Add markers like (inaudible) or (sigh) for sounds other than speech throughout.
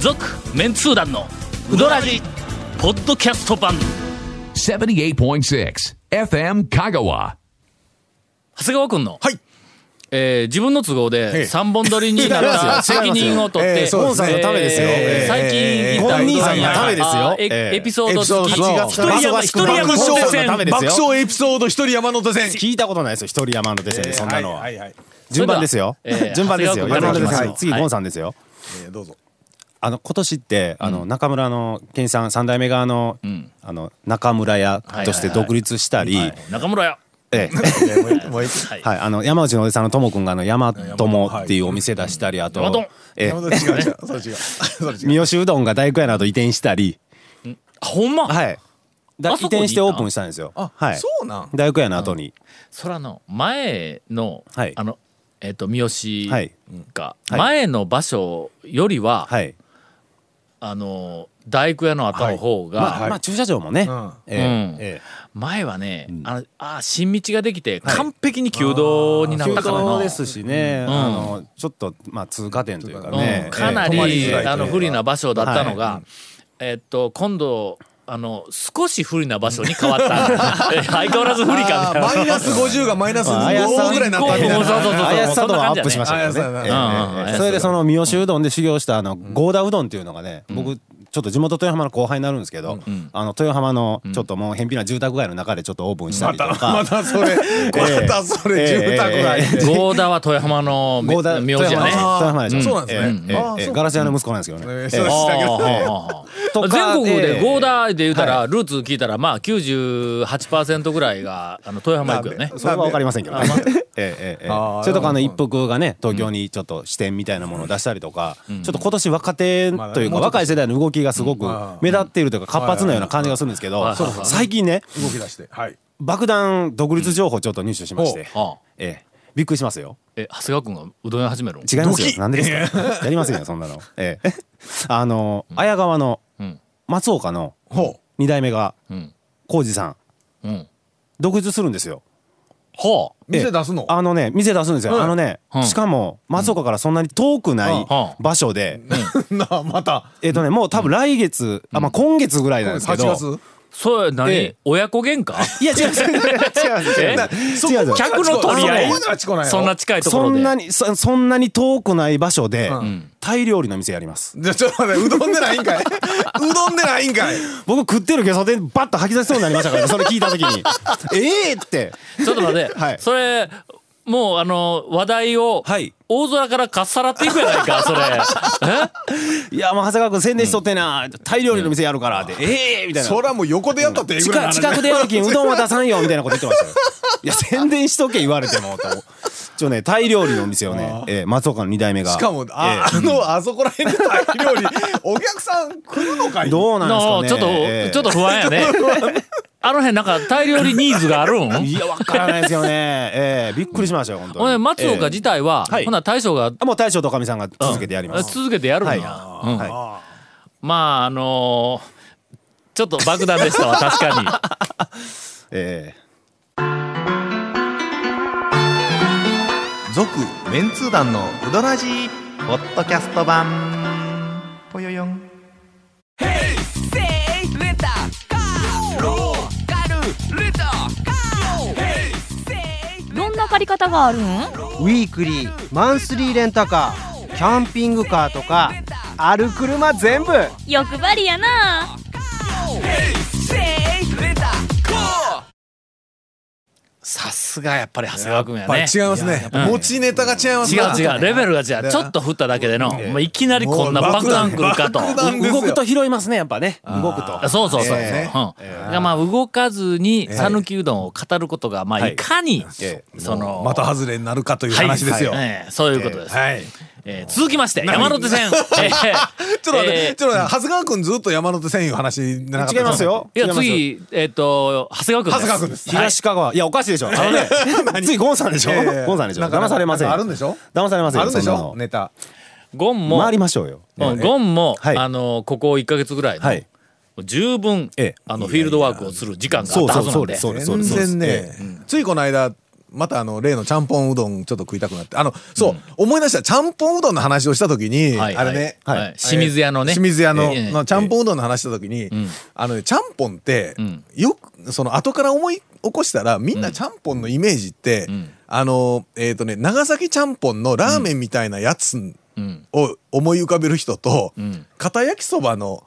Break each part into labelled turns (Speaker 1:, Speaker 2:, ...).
Speaker 1: 続メンツー団のウドラジポッドキャスト版
Speaker 2: 78.6 FM Kagawa.
Speaker 1: 長谷川君の、
Speaker 3: はい
Speaker 1: えー自分の都合
Speaker 3: ええ
Speaker 1: で三本撮りになるんですよ
Speaker 3: (laughs)
Speaker 1: 責任を取って、
Speaker 3: ええそうですね
Speaker 1: えー
Speaker 3: 本さんのためですよええ
Speaker 1: 最近行った
Speaker 3: 本人さんのためですよ
Speaker 1: あーえ
Speaker 3: ええ
Speaker 1: エピソード
Speaker 4: エピソード
Speaker 1: 付き
Speaker 4: 付き
Speaker 3: が
Speaker 1: 一人山
Speaker 4: 忙
Speaker 1: 一
Speaker 4: しく
Speaker 1: 人山
Speaker 4: 爆
Speaker 1: 手
Speaker 4: 笑
Speaker 1: 線
Speaker 4: のためです
Speaker 3: 爆
Speaker 4: よ
Speaker 3: 笑エピソード一人山手線
Speaker 4: 聞いたことないですよ一人山手線でそんなのは、
Speaker 3: はいはい
Speaker 4: 順番ですよ、
Speaker 1: それではえー
Speaker 4: 順番ですよ
Speaker 1: 長谷川
Speaker 4: 山手
Speaker 1: 君
Speaker 4: 線、
Speaker 1: からいきます
Speaker 4: 次
Speaker 1: はい
Speaker 4: ゴンさんですよ、
Speaker 3: えーどうぞ
Speaker 4: あの今年ってあの中村の健さん三代目側の,、
Speaker 1: ん
Speaker 4: あの中村屋として独立したり、
Speaker 1: 中村屋
Speaker 4: ええ
Speaker 3: いやもういもうい
Speaker 1: はい
Speaker 4: はい、あの山内のおじさんのともくんがあの山友っていうお店出したりあ
Speaker 1: 山友
Speaker 4: と、ええ
Speaker 3: 山手線違う違うそれ違うそれ違う
Speaker 4: 三好うどんが大工屋など移転したり、
Speaker 1: あほんま、
Speaker 4: はい、だ移
Speaker 1: あそこに
Speaker 4: 転してオープンしたんですよ。
Speaker 3: あ
Speaker 4: はい、
Speaker 3: そうなん
Speaker 4: 大工屋の後に、
Speaker 1: そらの前の、
Speaker 4: はい
Speaker 1: あのえっ、と三好
Speaker 4: はい
Speaker 1: が、
Speaker 4: はい
Speaker 1: 前の場所よりは、
Speaker 4: はい、
Speaker 1: あの大工屋の後の方が、
Speaker 4: まあ、まあ駐車場もね、
Speaker 3: うん
Speaker 4: ええ
Speaker 1: うん
Speaker 4: え
Speaker 1: 前はね、あのあ新道ができて完璧に旧道に
Speaker 4: え
Speaker 1: なったからの、
Speaker 4: 急ですしね、あのちょっとまあ通過点というかね、
Speaker 1: うん、かなり、
Speaker 3: ええ泊まりづらいというか
Speaker 1: あの不利な場所だったのが、
Speaker 4: は
Speaker 1: えっと今度あの少し不利な場所に変わったえ相変わらず不利かみたいな
Speaker 3: マイナス50がマイナス
Speaker 4: まああやさん
Speaker 3: 5ぐらいになったみたい
Speaker 1: そうそうそう
Speaker 3: な
Speaker 1: そう
Speaker 4: あやさ度はアップしましたけどね
Speaker 3: あやさだ
Speaker 4: え
Speaker 3: ね
Speaker 4: え
Speaker 1: うんうん
Speaker 4: え
Speaker 1: あや
Speaker 4: え
Speaker 1: さ
Speaker 4: それでその三好うどんで修行したあの合田うどんっていうのがね僕ちょっと地元豊浜の後輩になるんですけどあの豊浜のちょっともう偏僻な住宅街の中でちょっとオープンしたりとか
Speaker 3: またそれ
Speaker 4: (laughs) え
Speaker 3: またそれ
Speaker 4: ええ
Speaker 3: 住宅街
Speaker 4: え
Speaker 1: 合田は富山のめ
Speaker 4: 合田
Speaker 1: 名
Speaker 4: 富
Speaker 1: 字
Speaker 4: 山
Speaker 1: やね。
Speaker 4: の
Speaker 3: あー
Speaker 4: 富山でしょ
Speaker 3: そうなんですね
Speaker 4: ええええ
Speaker 3: あー
Speaker 4: ええ
Speaker 3: そう
Speaker 4: ガラス屋の息子なんですけどね
Speaker 3: ええ
Speaker 4: え
Speaker 3: そう
Speaker 4: え
Speaker 3: でしたけど
Speaker 1: あああああ
Speaker 4: と
Speaker 1: あ
Speaker 4: か
Speaker 1: 全国
Speaker 4: え
Speaker 1: で
Speaker 4: え
Speaker 1: ゴーダーで言うたら、ルーツ聞いたらまあ98%ぐらいがあの富山行くよね。
Speaker 4: それは分かりませんけどね。 (laughs) ええええええ
Speaker 3: あー
Speaker 4: それとかあの一服がね東京にちょっと支店みたいなものを出したりとか、ちょっと今年若手というか若い世代の動きがすごく目立っているというか活発なような感じがするんですけど最近ね
Speaker 3: 動き出してはい
Speaker 4: 爆弾独立情報ちょっと入手しまして、
Speaker 1: ああ
Speaker 4: ええびっくりしますよ。
Speaker 1: え長谷川君がうどん屋始めるの
Speaker 4: 違います
Speaker 3: ドキ
Speaker 4: よ。なんでですか。やりませんよそんなの。え (laughs) えあの綾川の
Speaker 1: ん
Speaker 4: 松岡の
Speaker 3: ほ
Speaker 4: 二代目が
Speaker 1: ん
Speaker 4: 浩二さん
Speaker 1: うん。
Speaker 4: 独立するんですよ。
Speaker 1: は
Speaker 3: う店出すの
Speaker 4: あのね店出すんですよ、あのね、
Speaker 1: うん
Speaker 4: しかも松岡からそんなに遠くない
Speaker 1: うん
Speaker 4: 場所で、
Speaker 3: (laughs) なあまた
Speaker 4: えっ、とねもう多分来月、あまあ今月ぐらいなんですけ
Speaker 3: 8
Speaker 4: ど、
Speaker 3: 月
Speaker 1: あ。それ何、
Speaker 4: ええ
Speaker 1: 親子喧嘩？
Speaker 4: いや違う違う違う
Speaker 1: (laughs)
Speaker 4: 違う違う違う
Speaker 3: そこまでは
Speaker 1: 客の取り合い
Speaker 3: そこまでは近ないよ
Speaker 1: そんな近いとこ
Speaker 4: そ
Speaker 1: ろで。
Speaker 4: んなにそそんなに遠くない場所で、タイ料理の店やります
Speaker 3: じゃあちょっと待ってうどんでないんかい (laughs) うどんでないんかい
Speaker 4: 僕食ってるゲソ天バッと吐き出しそうになりましたから、
Speaker 1: (laughs)
Speaker 4: ね、それ聞いた時にええって
Speaker 1: ちょっと待って、
Speaker 4: はい
Speaker 1: それもうあの話題を
Speaker 4: はい
Speaker 1: 大空からかっさらっていくやないかそれ
Speaker 4: いやもう長谷川君宣伝しとってな、タイ料理の店やるからって、ええみたいな
Speaker 3: そらもう横でやったってええぐらい
Speaker 4: 近
Speaker 3: の話
Speaker 4: 近くでやる (laughs) きんうどんは出さんよみたいなこと言ってましたよいや宣伝しとけ言われてもと一応ねタイ料理のお店をね、えー松岡の2代目が
Speaker 3: しかもあ,、あのあそこら辺でタイ料理お客さん来るのかい
Speaker 4: どうなんですか
Speaker 1: の
Speaker 4: ね
Speaker 1: ちょっと、
Speaker 4: えー
Speaker 1: ちょっと不安やねあの辺なんか大量にニーズがあるん
Speaker 4: いやわからないですよねえーびっくりしましたよ本当
Speaker 1: ほんで
Speaker 4: に
Speaker 1: 松岡
Speaker 4: え
Speaker 1: 自体は、
Speaker 4: はい
Speaker 1: ほな大将が
Speaker 4: ーあもう大将とかみさんが続けてやります、
Speaker 1: 続けてやるんや、
Speaker 4: はい
Speaker 1: うん
Speaker 4: はい
Speaker 1: まああのーちょっと爆弾でしたわ確かに
Speaker 4: え
Speaker 3: (laughs)
Speaker 5: 続メンツー団のウドラジーポッドキャスト版ぽよよん
Speaker 6: どんな借り方があるん
Speaker 7: ウィークリーマンスリーレンタカーキャンピングカーとかある車全部
Speaker 6: 欲張りやな
Speaker 1: さすがやっぱり長谷川君
Speaker 3: や
Speaker 1: や
Speaker 3: っぱり
Speaker 1: ね
Speaker 3: 違いますね持ちネタが違います
Speaker 1: 違う違うレベ
Speaker 3: ル
Speaker 1: ルが違うちょっと振っただけでの、まあ、いきなりこんな
Speaker 3: もう
Speaker 1: 爆
Speaker 3: 爆弾
Speaker 1: 弾来るかと
Speaker 3: 爆弾
Speaker 4: ー動くと拾いますねやっぱね動くと
Speaker 1: あそうそうそうそう。うん
Speaker 3: ええ
Speaker 1: だからまあ動かずに讃岐うどんを語ることがまあ
Speaker 4: はい
Speaker 1: いかに
Speaker 4: え
Speaker 1: その
Speaker 3: また外れになるかという話ですよ、
Speaker 1: は
Speaker 3: はいい
Speaker 1: ええそういうことです。ええ続きまして山手線。ええ
Speaker 3: ちょっと待って、
Speaker 1: ええ
Speaker 3: ちょっと待って長谷川君ずっと山手線いう話なかった
Speaker 4: 違いますよ
Speaker 3: (laughs)
Speaker 1: いや
Speaker 4: 違ます
Speaker 1: 次えっと長谷川君です。
Speaker 3: 長谷川君です
Speaker 4: 東香川、い、やおかしいでしょあのね次ゴンさんでしょ、
Speaker 3: いやいやいや
Speaker 4: ゴンさんでしょ
Speaker 3: なんか
Speaker 4: 騙されません
Speaker 3: なんかあるんでしょ
Speaker 4: 騙されません
Speaker 3: あるんでし
Speaker 4: そな
Speaker 3: ょ
Speaker 4: の
Speaker 3: ネタ
Speaker 1: ゴンも
Speaker 4: 回りましょうよ、
Speaker 1: うんゴンも
Speaker 4: はい
Speaker 1: あのここ一ヶ月ぐらい
Speaker 4: はい
Speaker 1: の十分
Speaker 4: ええ
Speaker 1: あのフィールドワークをする時間があったはずなんで。
Speaker 4: そうそうそうですそうです
Speaker 3: 全然ね、ついこの間またあの例のちゃんぽんうどんちょっと食いたくなってあのそう、思い出したちゃんぽんうどんの話をした時に、
Speaker 1: はい
Speaker 3: あれね、
Speaker 1: はいはい清水屋のね
Speaker 3: 清水屋の,、
Speaker 1: ええ
Speaker 3: のちゃんぽんうどんの話した時に、あのねちゃんぽんって、
Speaker 1: ん
Speaker 3: よくその後から思い起こしたらみんなちゃんぽんのイメージって、
Speaker 1: ん
Speaker 3: あのえっ、とね長崎ちゃんぽんのラーメンみたいなやつ
Speaker 1: うん
Speaker 3: を思い浮かべる人と、
Speaker 1: ん
Speaker 3: 片焼きそばの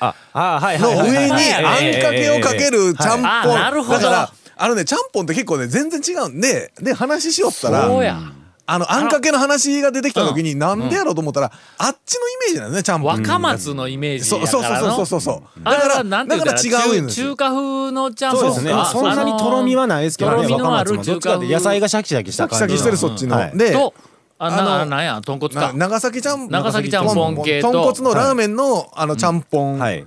Speaker 4: ああはい
Speaker 3: の
Speaker 4: はいはい
Speaker 3: 上に
Speaker 1: はいはい
Speaker 3: あんかけをかけるちゃんぽん、
Speaker 1: はいあなるほど
Speaker 3: だからあのねちゃんぽんって結構ね全然違うんでで話ししよったら
Speaker 1: そうや
Speaker 3: あのあんかけの話が出てきた時になんでやろうと思ったら、あっちのイメージなんですねちゃんぽん
Speaker 1: 若松のイメージ
Speaker 3: そ
Speaker 1: や
Speaker 3: う
Speaker 1: か
Speaker 3: そう
Speaker 1: ら
Speaker 3: そ
Speaker 1: の
Speaker 3: うそうそうそう
Speaker 1: あ
Speaker 3: だ
Speaker 1: れ
Speaker 3: か
Speaker 1: は
Speaker 3: ら
Speaker 1: なんて
Speaker 3: だ
Speaker 1: いう
Speaker 3: か
Speaker 1: んだ
Speaker 3: ら
Speaker 1: ろう
Speaker 3: 違うん
Speaker 1: 中
Speaker 3: です
Speaker 1: 中
Speaker 3: よ
Speaker 1: 華風のちゃんぽん
Speaker 4: そ
Speaker 1: か
Speaker 4: うですねそんなにとろみはないですけど
Speaker 1: と
Speaker 4: ね
Speaker 1: ろみ
Speaker 4: 若
Speaker 1: のある
Speaker 4: 松も
Speaker 1: 中
Speaker 4: どっちか
Speaker 1: 華
Speaker 4: って
Speaker 1: 風
Speaker 4: 野菜がシャキシャキし
Speaker 3: シャ
Speaker 4: た
Speaker 3: キシャ
Speaker 4: 感
Speaker 3: キ
Speaker 4: じ
Speaker 3: してるそっちの、
Speaker 4: はい
Speaker 3: で
Speaker 1: とあな
Speaker 3: あの
Speaker 1: なんや豚骨
Speaker 3: な
Speaker 1: か
Speaker 3: 長崎ちゃん
Speaker 1: 長崎ちゃんぽん系と
Speaker 3: 豚骨のラーメンの、あのちゃんぽんの、
Speaker 4: はい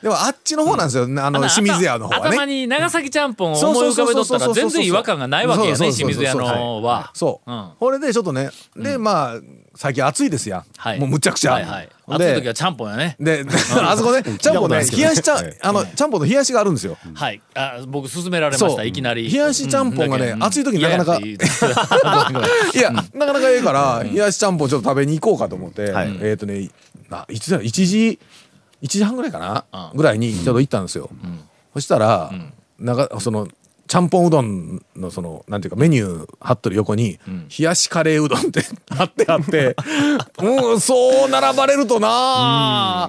Speaker 3: でもあっちの方なんですよ、あの
Speaker 1: あの
Speaker 3: 清水屋の方はね
Speaker 1: 頭に長崎ちゃんぽんを思い浮かべとったら全然違和感がないわけや
Speaker 3: そ
Speaker 1: ね
Speaker 3: うそうそうそう
Speaker 1: 清水屋のは
Speaker 3: そう、
Speaker 1: うん
Speaker 3: これでちょっとねで、まあ最近暑いですやん、
Speaker 1: はい
Speaker 3: もうむちゃくちゃ、
Speaker 1: はいはい暑い時
Speaker 3: で
Speaker 1: はちゃんぽんやね
Speaker 3: で
Speaker 1: (laughs)
Speaker 3: あそこねちゃんぽんね冷やしちゃんあのちゃんぽんの冷やしがあるんですよ
Speaker 1: はいあ僕勧められまし
Speaker 3: そ
Speaker 1: た
Speaker 3: う
Speaker 1: いきなり
Speaker 3: 冷やしちゃんぽんがね
Speaker 1: う
Speaker 3: 暑い時なかなか
Speaker 1: 嫌やって言うご
Speaker 3: (laughs)
Speaker 1: めんごめん
Speaker 3: いや、なかなかええから、冷やしちゃんぽんちょっと食べに行こうかと思って、
Speaker 4: はい
Speaker 3: えっ、とね、ないつだ、1時、1時半ぐらいかな、
Speaker 1: うん
Speaker 3: ぐらいにちょっと行ったんですよ。そしたら、なんか、その、ちゃんぽんうどんのそのなんていうかメニュー貼っとる横に「冷やしカレーうどん」って (laughs) 貼ってあってうんそう並ばれるとなあ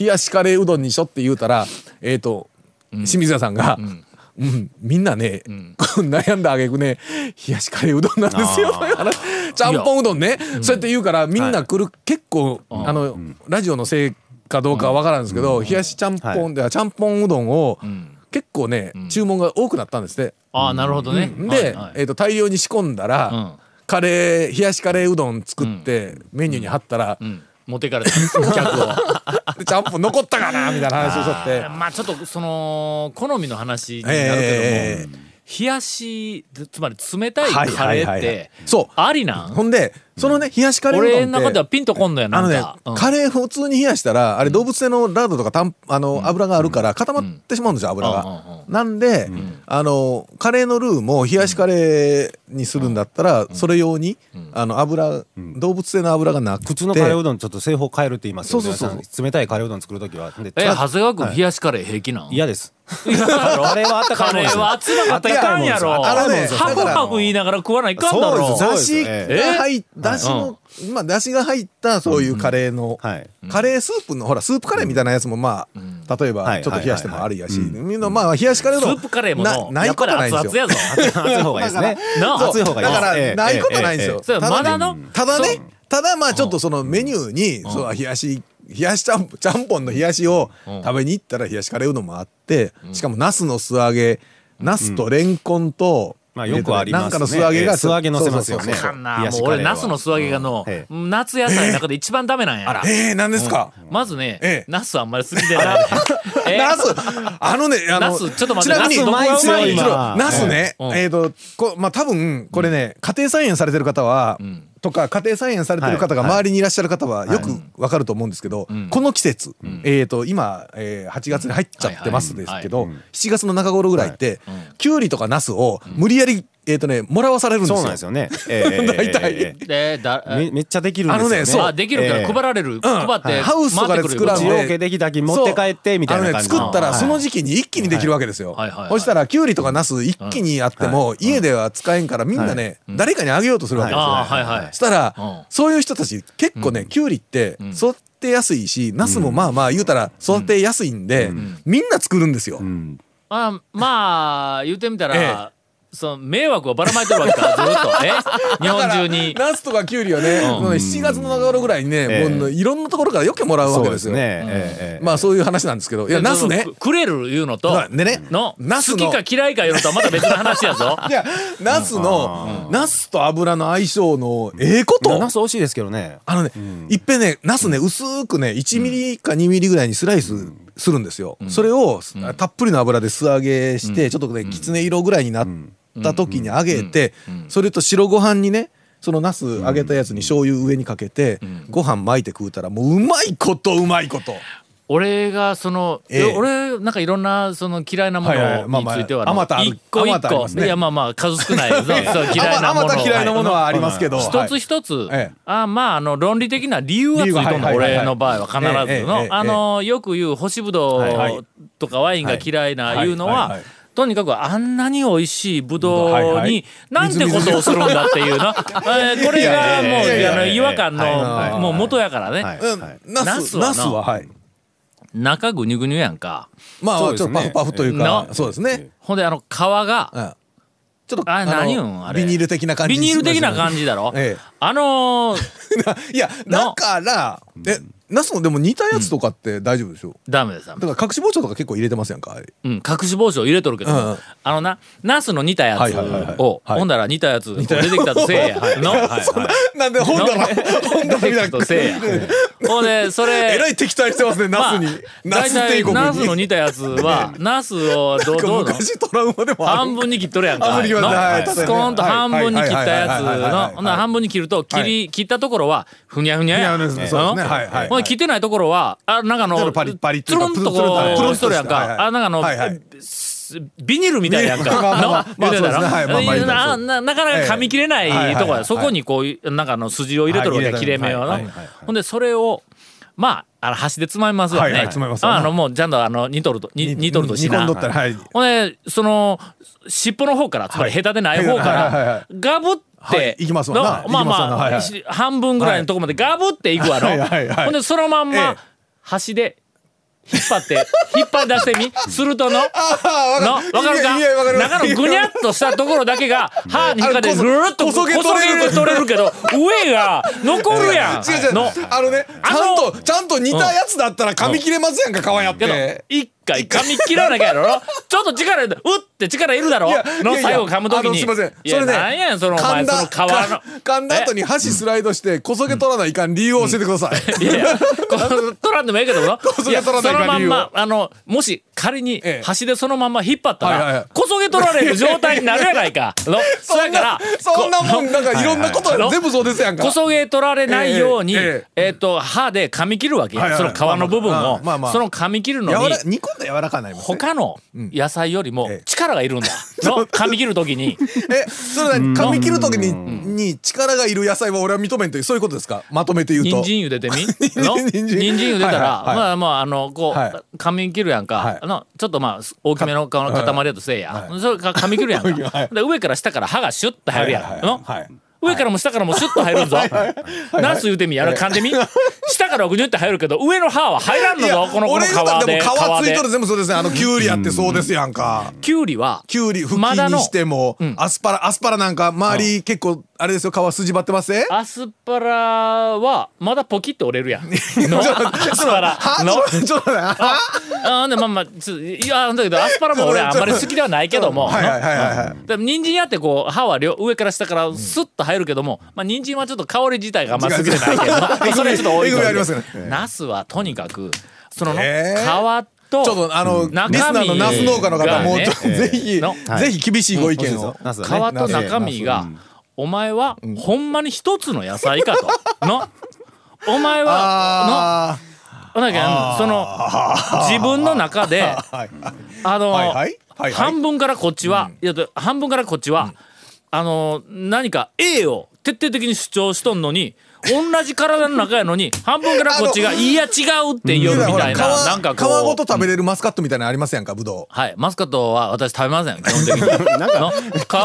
Speaker 3: 冷やしカレーうどんにしょって言うたらえっと清水屋さんが「うんみんなね悩んだあげくね冷やしカレーうどんなんですよ」という話ちゃんぽんうどんねそうやって言うからみんな来る結構あのラジオのせいかどうかは分からんですけど冷やしちゃんぽんではちゃんぽんうどんを結構ね注文が多くなったんですって。
Speaker 1: ああなるほどね
Speaker 3: で
Speaker 1: はいはい
Speaker 3: えーと大量に仕込んだ
Speaker 1: うん
Speaker 3: らカレー冷やしカレーうどん作ってメニューに貼ったら
Speaker 1: うん持っていかれた客を
Speaker 3: で (laughs) ちゃんぽん残ったかなみたいな話をしとって。
Speaker 1: まあちょっとその好みの話になるけども、
Speaker 3: えー
Speaker 1: 冷やしつまり冷たいカ
Speaker 3: はい
Speaker 1: レーって、
Speaker 3: はいはいはいそう
Speaker 1: ありな
Speaker 3: ほ
Speaker 1: ん
Speaker 3: んでそのね冷やしカレーうどんって
Speaker 1: 俺の中ではピンとこんのやな
Speaker 3: あ
Speaker 1: な
Speaker 3: の
Speaker 1: ん
Speaker 3: ね
Speaker 1: か、、うん
Speaker 3: カレー普通に冷やしたらあれ動物性のラードとかたんあの油があるから固まってしまうんですよ油
Speaker 1: うんうん
Speaker 3: が
Speaker 1: う。
Speaker 3: なんであのカレーのルーも冷やしカレーにするんだったらそれ用にあの油動物性の油がなくて
Speaker 4: 普通のカレーうどんちょっと製法変えるって言いますよね
Speaker 3: そうそうそう
Speaker 4: 皆さん冷たいカレーうどん作るときはで
Speaker 1: え
Speaker 4: ちょ
Speaker 1: 長谷川君、冷やしカレー平気なん
Speaker 4: 嫌です
Speaker 1: カ
Speaker 4: カレーはあったか
Speaker 1: カ
Speaker 4: いも
Speaker 1: レ
Speaker 4: んです
Speaker 1: ー
Speaker 4: よ
Speaker 1: は熱なかっ
Speaker 4: (laughs)
Speaker 1: たらいかんやろ
Speaker 4: あ
Speaker 3: のね
Speaker 1: ハフハフ言いながら食わないかんだろ
Speaker 4: そう
Speaker 3: だ
Speaker 4: です
Speaker 3: し
Speaker 4: え
Speaker 3: が入っ
Speaker 1: え
Speaker 3: だしのまあだしが入ったそういうカレーの
Speaker 4: はい
Speaker 3: カレースープのほらスープカレーみたいなやつもまあ例えば
Speaker 4: はい
Speaker 3: ちょっと冷やしても
Speaker 4: はい
Speaker 3: ありやしみんなまあ冷やしカレーう
Speaker 1: ス
Speaker 3: どん
Speaker 1: ープカレーもの
Speaker 3: なないことないん
Speaker 1: や
Speaker 3: で
Speaker 1: っぱ
Speaker 3: す
Speaker 1: り
Speaker 3: よ
Speaker 1: 熱々やぞ
Speaker 4: (laughs) 熱い方がいいですね
Speaker 1: なあ
Speaker 4: 熱い方がいいです
Speaker 3: だからないことないんですよ。
Speaker 1: そうまだの
Speaker 3: ただ
Speaker 1: そう
Speaker 3: ね、ただまあちょっとそのメニューに、その冷やし、冷やしちゃんぽん、ちゃんぽんの冷やしを食べに行ったら冷やしカレーうどんもあって、しかもナスの素揚げ、ナスとレンコンと、
Speaker 4: まあよくありますね
Speaker 3: なんかの素揚げが、
Speaker 4: ええ素揚げ乗せますよね
Speaker 3: そうそ
Speaker 1: あ
Speaker 3: うそう
Speaker 1: かんな
Speaker 4: 冷や
Speaker 1: も
Speaker 4: し
Speaker 1: う
Speaker 4: カレーは
Speaker 1: 俺ナスの素揚げがの、
Speaker 4: え
Speaker 1: 夏野菜の中で一番ダメなんや、
Speaker 3: ええ、何ですか
Speaker 1: まずね、
Speaker 3: ええ
Speaker 1: ナスあんまり好きでない、 (laughs) ええ
Speaker 3: ナス、あのね、あの、
Speaker 1: ナスちょっと待って
Speaker 3: ちなみに
Speaker 1: ナスどこがうまい
Speaker 3: ちなみに
Speaker 4: 今
Speaker 3: ナスね、
Speaker 1: うん
Speaker 3: えっと、こまあ多分、これね、家庭菜園されてる方は、とか、家庭菜園されてる方が
Speaker 4: はい
Speaker 3: 周りにいらっしゃる方は、よくわかると思うんですけど、この季節、えっと、今、えー8月に入っちゃってますですけ
Speaker 1: は
Speaker 3: ど、7月の中頃ぐらいって、きゅうりとかナスを無理やり、えっとね、もらわされるんです
Speaker 4: そうなん
Speaker 3: よ
Speaker 4: です。よねええええええ
Speaker 3: 大体
Speaker 4: え
Speaker 1: でだ
Speaker 4: えめめっちゃできるんですよ
Speaker 3: あのねそう
Speaker 1: あできるから配られる、配って、
Speaker 3: ハウスとかで作ら
Speaker 1: 回
Speaker 3: ん
Speaker 1: ってくる
Speaker 4: う
Speaker 1: よ
Speaker 4: ち用家できたき持って帰ってみたいな感じ
Speaker 3: そうあのね、作ったら
Speaker 4: はい
Speaker 3: その時期に一気にできるわけですよ、
Speaker 1: はいはいはい
Speaker 3: そしたらきゅうりとかナス一気にやっても家では使えんからみんなね、誰かにあげようとするわけですよ、
Speaker 1: ああはいはい
Speaker 3: したら、
Speaker 1: うん
Speaker 3: そういう人たち結構ねきゅうりって育てやすいし、ナスもまあまあ言うたら育てやすいんで、みんな作るんですよ、
Speaker 4: うん
Speaker 1: あまあ言ってみたら、
Speaker 3: え
Speaker 1: その迷惑をばらまいてるわけかずっとえ日本中に
Speaker 3: ナスとかきゅうりはね、もうね7月の中頃ぐらいにね、
Speaker 4: ええ
Speaker 3: もういろんなところからよくもらうわ
Speaker 4: そ
Speaker 3: け
Speaker 4: うで
Speaker 3: です
Speaker 4: す
Speaker 3: よ
Speaker 4: ねええええ
Speaker 3: まあそういう話なんですけどいやナスね
Speaker 1: くくれるいうのと、
Speaker 3: でね
Speaker 1: の
Speaker 3: ナスの
Speaker 1: 好きか嫌いかいうのとはまた別の話やぞ
Speaker 3: いや、ナスの、ナスと油の相性のええこと
Speaker 4: ナス美味しいですけどね
Speaker 3: あのね、いっぺんね、ナスね、薄くね、1ミリか2ミリぐらいにスライスするんですよ。それを、たっぷりの油で素揚げして、ちょっとね、きつね色ぐらいになった時に揚げて、それと白ご飯にね、そのナス揚げたやつに醤油上にかけて、ご飯巻いて食うたら、もううまいことうまいこと。
Speaker 1: 俺がその、
Speaker 4: ええ
Speaker 1: 俺なんかいろんなその嫌いなも
Speaker 4: はいはい
Speaker 1: の
Speaker 4: まあ
Speaker 1: に
Speaker 4: まあ
Speaker 1: ついては
Speaker 4: あまたある
Speaker 1: 一個
Speaker 4: あま
Speaker 1: 一
Speaker 4: たあり
Speaker 1: 個
Speaker 4: ますね
Speaker 1: いやまあまあ数少ないそう嫌いなもの
Speaker 4: あまた嫌いなものはありますけど、
Speaker 1: 一つ一つ、
Speaker 4: ええ
Speaker 1: あまああの論理的な理由はついとんの、
Speaker 4: 理由がはいはいはい
Speaker 1: 俺の場合は必ずの、
Speaker 4: ええええええ
Speaker 1: あのよく言う干しぶど
Speaker 4: はいはいう
Speaker 1: とかワインが嫌いないうのは、
Speaker 4: はいはいはい
Speaker 1: とにかくあんなに美味しいぶど
Speaker 4: はいは
Speaker 1: うに
Speaker 4: い
Speaker 1: なんてことをするんだっていうのえーこれがも
Speaker 4: いやいやいやいうや
Speaker 1: あの違和感
Speaker 4: はい
Speaker 1: のもう元やからね、
Speaker 4: はい
Speaker 3: うん
Speaker 4: はい
Speaker 3: ナス
Speaker 1: ナ
Speaker 4: ナ
Speaker 1: ス
Speaker 4: ス
Speaker 1: はな
Speaker 4: ははい
Speaker 1: 中ぐにゅぐにゅやんか
Speaker 3: まあ
Speaker 4: そうで
Speaker 3: ちょ
Speaker 4: す
Speaker 3: っと
Speaker 4: ね
Speaker 3: パフパフというか
Speaker 1: な
Speaker 3: そうですね
Speaker 1: ほんであの皮が
Speaker 3: うんちょっと
Speaker 1: あ
Speaker 3: の
Speaker 1: 何うんあれ
Speaker 3: ビニール的な感じ
Speaker 1: ビニール的な感じだろ、
Speaker 3: ええ
Speaker 1: あのー、
Speaker 3: じ (laughs) いやだからえナスもでも似たやつとかって大丈夫でしょ
Speaker 1: ダメです
Speaker 3: だから隠し包丁とか結構入れてますやんかあれ
Speaker 1: うん、隠し包丁入れとるけど、
Speaker 3: うんうん
Speaker 1: あのな、ナスの煮たやつを、
Speaker 3: はいはいはいはいはい
Speaker 1: ほんだら煮たやつ、こう出てきたとせいや。の、
Speaker 3: なんで本棚本
Speaker 1: 出
Speaker 3: 棚
Speaker 1: て
Speaker 3: み
Speaker 1: き
Speaker 3: た
Speaker 1: た
Speaker 3: いな
Speaker 1: とせいや。ほんで、それ、
Speaker 3: えらい敵対してますね
Speaker 1: まあ
Speaker 3: ナスにナス帝
Speaker 1: 大体
Speaker 3: 国
Speaker 1: ナスの
Speaker 3: (laughs) に
Speaker 1: 煮たやつは、ナスをどう、どうの
Speaker 3: 昔トラウマでもある
Speaker 1: 半分に切っとるやん
Speaker 3: 半
Speaker 1: か。
Speaker 3: 分に切りますねはい
Speaker 1: のスコーンと
Speaker 3: はい
Speaker 1: 半分に切ったやつ
Speaker 3: はいはいはいはいは
Speaker 1: の、
Speaker 3: い
Speaker 1: ほんなら半分に切ると、切り、切ったところは、ふにゃふにゃやん。
Speaker 3: ふにゃふにゃですねそうですねはいはいはい
Speaker 1: ほんで切ってないところは、あ、なんかあ
Speaker 3: ちょっ
Speaker 1: の、
Speaker 3: とパリッパリって
Speaker 1: つ
Speaker 3: いうか
Speaker 1: るんと
Speaker 3: プルンと
Speaker 1: こ
Speaker 3: は
Speaker 1: う、
Speaker 3: い
Speaker 1: プルンしとるやん
Speaker 3: はいはい
Speaker 1: か。あ、なんかあの
Speaker 3: はいはい、
Speaker 1: ビニールみたいなやんか。
Speaker 3: まあまあ
Speaker 1: の
Speaker 3: まあ
Speaker 1: 言うてた
Speaker 3: そうですねはいまあまあ
Speaker 1: ろ
Speaker 3: 言うたら
Speaker 1: な
Speaker 3: そう
Speaker 1: ななかなか噛み切れな
Speaker 3: ええはい
Speaker 1: い
Speaker 3: はい
Speaker 1: とこ
Speaker 3: は
Speaker 1: や。
Speaker 3: い
Speaker 1: そこにこういう、なんかあの、筋を入れとるわけや、
Speaker 4: はい
Speaker 1: 切
Speaker 4: 入れ
Speaker 1: れ
Speaker 4: た
Speaker 1: 目を
Speaker 4: は
Speaker 1: ない
Speaker 4: はいはいはい。
Speaker 1: ほんで、それを、まあ、あの、端でつまみますよね。
Speaker 3: はいはいつまみますよ
Speaker 1: ああの、もう、ちゃんとあの、煮とると、煮煮とるとし
Speaker 3: 煮込
Speaker 1: な。
Speaker 3: んどったらはい
Speaker 1: ほんで、その、尻尾の方から、つまりヘタでない方か
Speaker 3: はいはいはいは
Speaker 1: ら、ガブっ
Speaker 3: はい
Speaker 1: て、
Speaker 3: 行きますわな
Speaker 1: のまあ
Speaker 3: 行きますわな
Speaker 1: ま
Speaker 3: はいは
Speaker 1: あ、
Speaker 3: い
Speaker 1: し半分ぐらいのとこまでガブっていくわ
Speaker 3: はいはい
Speaker 1: の。
Speaker 3: はい
Speaker 1: ほんで、そのまんま
Speaker 3: え、
Speaker 1: 端で、引っ張って、引っ張り出してみ、するとの、の、わ
Speaker 3: あーわ
Speaker 1: かる
Speaker 3: いやいやわか
Speaker 1: か
Speaker 3: ります
Speaker 1: 中のぐにゃっとしたところだけが、歯に引っかかって、
Speaker 3: あのこそ
Speaker 1: ぐるっとこ
Speaker 3: こ
Speaker 1: そ
Speaker 3: そ
Speaker 1: げ
Speaker 3: げ
Speaker 1: 取
Speaker 3: 取れ
Speaker 1: れ
Speaker 3: る
Speaker 1: るけど、上が残るや
Speaker 3: (laughs) 違う違
Speaker 1: ん。
Speaker 3: う
Speaker 1: の。
Speaker 3: あのねちゃん
Speaker 1: あ
Speaker 3: とちゃんと似たやつだったら噛み切れますやんか皮やっ
Speaker 1: けど
Speaker 3: て、
Speaker 1: 一回噛み切らなきゃやろちょっと力入れて、うって力いるだろ
Speaker 3: いや
Speaker 1: の
Speaker 3: いやいや
Speaker 1: 最後噛むとき
Speaker 3: あの
Speaker 1: に。
Speaker 3: すいません
Speaker 1: いや、
Speaker 3: それね
Speaker 1: なんやねん、そのお
Speaker 3: 噛
Speaker 1: 前、
Speaker 3: ん
Speaker 1: そ
Speaker 3: だ
Speaker 1: の皮の。
Speaker 3: 噛んだ後に箸スライドしてこそげ取らないかん理由を教えてくださ
Speaker 1: (laughs)
Speaker 3: い、
Speaker 1: いやいや、この取らんでもええけども
Speaker 3: こそげ取らない
Speaker 1: その
Speaker 3: から
Speaker 1: まん
Speaker 3: 理由
Speaker 1: ま
Speaker 3: を、
Speaker 1: あの、もし仮に
Speaker 3: ええ
Speaker 1: 端でそのまんま引っ張った
Speaker 3: はいはいは
Speaker 1: ら
Speaker 3: い、
Speaker 1: こそげ取られる状態になるやない
Speaker 3: (laughs)
Speaker 1: か。の、そやから、
Speaker 3: そんなもんなんかいろんなこと
Speaker 1: の
Speaker 3: 全部そうですやんか
Speaker 1: こそげ取られないように、
Speaker 3: え
Speaker 1: え
Speaker 3: え
Speaker 1: っと、歯で噛み切るわけや
Speaker 3: はいはい
Speaker 1: その皮の部分
Speaker 3: まあまあ
Speaker 1: を
Speaker 3: まあま。あ
Speaker 1: その噛み切るの
Speaker 3: 柔
Speaker 1: に
Speaker 3: ら、煮込んだ柔らかないもんね
Speaker 1: 他の野菜よりも
Speaker 3: ええ
Speaker 1: 力がいるんだ。
Speaker 3: (laughs)
Speaker 1: の、噛み切るときに。
Speaker 3: えそれ何噛み切る時にに力がいる野菜は俺は認めんというそういうことですかまとめて言うと
Speaker 1: 人参茹でてみ
Speaker 3: 参
Speaker 1: の人
Speaker 3: (laughs) 人参
Speaker 1: 参茹でたら、
Speaker 3: はいはいはい
Speaker 1: まあまああのこう、
Speaker 3: は
Speaker 1: 噛み切るやんか、
Speaker 3: はい
Speaker 1: あのちょっとまあす大きめのか塊だとせいや、それか噛み切るやんか、
Speaker 3: (laughs) はい
Speaker 1: で上から下から歯がシュッと入るやん、の
Speaker 3: はい
Speaker 1: 上からも下からもシュッと入るぞ。ナス言うてみ、やら噛んでみ。下からぐにゅって入るけど、上の歯は入らんの
Speaker 3: いや
Speaker 1: ぞ、この、この
Speaker 3: 俺言うた
Speaker 1: 皮
Speaker 3: らで
Speaker 1: で。
Speaker 3: も皮ついとる
Speaker 1: で。
Speaker 3: 全部そうですねあのきゅうりやってそうですやんか
Speaker 1: きゅうりは、
Speaker 3: きゅうりふき
Speaker 1: まだの
Speaker 3: にしても、
Speaker 1: うん
Speaker 3: アスパラアスパラなんか周り結構あれですよ皮筋張ってます
Speaker 1: アスパラは、まだポキッと折れるやん。の (laughs) アスパラ。
Speaker 3: は
Speaker 1: の
Speaker 3: ちょっとちょっと待っては
Speaker 1: ああでまあまあついやだけどアスパラも俺あんまり好きではないけども。
Speaker 3: はいはいはいはい
Speaker 1: でも人参やってこう歯は両上から下からスッと入るけども、まあ人参はちょっと香り自体があんまり好きじゃないけど、
Speaker 3: (laughs)
Speaker 1: まあそれはちょっと多い
Speaker 3: えぐみありますよ
Speaker 1: ね。ナスはとにかくその
Speaker 3: えー
Speaker 1: 皮と
Speaker 3: ちょっとあの、
Speaker 1: 中身
Speaker 3: リスナーのナス農家の
Speaker 1: が
Speaker 3: 方
Speaker 1: ね
Speaker 3: もうちょっと、ぜひ、
Speaker 1: の
Speaker 3: ぜひ厳しいご意見を、
Speaker 4: ナス
Speaker 1: 皮
Speaker 4: はね
Speaker 1: と中身が、お前はほんまに一つの野菜かと。のお前は
Speaker 3: あ
Speaker 1: のなんかその自分の中で
Speaker 3: あ (laughs) はい
Speaker 1: あの、
Speaker 3: はいはいはいはい
Speaker 1: 半分からこっちは、いやで半分からこっちは、あの何か A を徹底的に主張しとんのに同じ体の中やの
Speaker 3: (laughs)
Speaker 1: に半分からこっちが「いや違う」って言うみ
Speaker 3: ほ
Speaker 1: た
Speaker 3: ら
Speaker 1: い
Speaker 3: 皮
Speaker 1: ななんか
Speaker 3: 皮
Speaker 1: こう
Speaker 3: ごと食べれるマスカットみたいなのありますやんかぶど
Speaker 1: はいマスカットは私食べません基本的
Speaker 3: (laughs)
Speaker 1: になんか